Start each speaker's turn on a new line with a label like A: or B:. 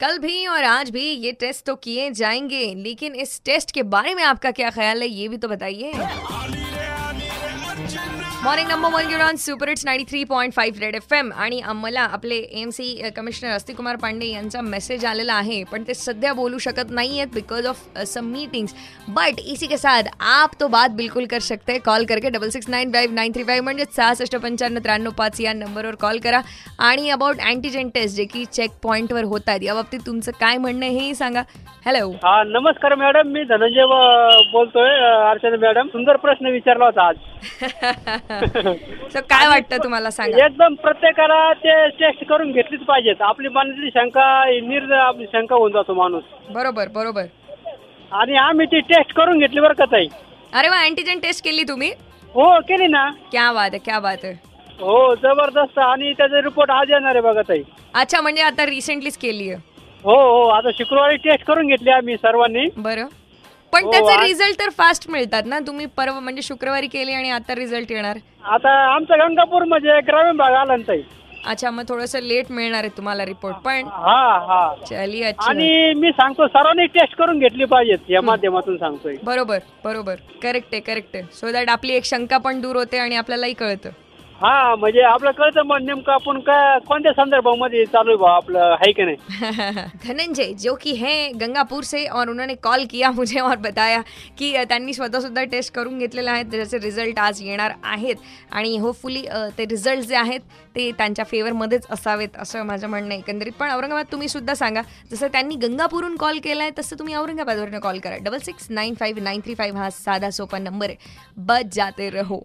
A: कल भी और आज भी ये टेस्ट तो किए जाएंगे लेकिन इस टेस्ट के बारे में आपका क्या ख्याल है ये भी तो बताइए morning number one your on super it's ninety three point five red F M आणि आम्हाला आपले M C commissioner Astik Kumar Pandey यांचा मेसेज आलेला आहे पण ते सध्या बोलू शकत नाही आहेत because of some meetings but इसी E के साथ आप तो बात बिल्कुल कर सकते हैं कॉल करके double six nine five nine three five म्हणजे सहासष्ट पंच्याण्णव त्र्याण्णव पाच या नंबरवर कॉल करा आणि अबाउट अँटीजेन टेस्ट जे की चेक पॉईंटवर होत आहेत याबाबतीत तुमचं काय म्हणणं आहे हेही सांगा हॅलो
B: हा नमस्कार मॅडम मी धनंजय ब- बोलतोय अ, अर्चना मॅडम सुंदर प्रश्न विचारला होता आज
A: सो काय वाटतं तुम्हाला सांगा
B: एकदम प्रत्येकाला ते टेस्ट करून घेतलीच पाहिजेत आपली मनातली शंका निर आपली शंका होऊन जातो माणूस
A: बरोबर बरोबर
B: आणि आम्ही ती टेस्ट करून घेतली बरं का ताई
A: अरे वा अँटीजेन टेस्ट केली तुम्ही
B: हो केली ना
A: क्या बात आहे क्या बात आहे
B: हो जबरदस्त आणि त्याचा रिपोर्ट आज येणार आहे बघा ताई
A: अच्छा म्हणजे आता रिसेंटलीच केली आहे
B: हो हो आता शुक्रवारी टेस्ट करून घेतली आम्ही सर्वांनी
A: बरं पण
B: हो,
A: त्याचे
B: आज-
A: रिझल्ट तर फास्ट मिळतात ना तुम्ही परवा म्हणजे शुक्रवारी केली आणि आता रिझल्ट येणार
B: आता आमचा गंगापूर म्हणजे ग्रामीण भाग आला ना ताई
A: अच्छा मग थोडस लेट मिळणार आहे तुम्हाला रिपोर्ट पण
B: हा हा
A: चली अच्छा
B: आणि मी सांगतो सर्वांनी टेस्ट करून घेतली पाहिजेत या माध्यमातून सांगतोय
A: बरोबर बरोबर करेक्ट आहे करेक्ट आहे सो दॅट आपली एक शंका पण दूर होते आणि आपल्यालाही कळतं
B: हा म्हणजे आपलं कळतं मग नेमकं आपण काय कोणत्या संदर्भामध्ये चालू आहे बा आपलं आहे की नाही
A: धनंजय जो कि हैं गंगापुर से और उन्होंने कॉल किया मुझे और बताया की अ, त्यांनी स्वतःसुद्धा टेस्ट करून घेतलेला आहे त्याचे रिझल्ट आज येणार आहेत आणि होपफुली ते रिझल्ट जे आहेत ते त्यांच्या फेवरमध्येच असावेत असं माझं म्हणणं आहे एकंदरीत पण औरंगाबाद तुम्ही सुद्धा सांगा जसं त्यांनी गंगापूरून कॉल केला आहे तसं तुम्ही औरंगाबादवरनं कॉल करा double six nine five nine three five हा साधा सोपा नंबर आहे बस जाते रहो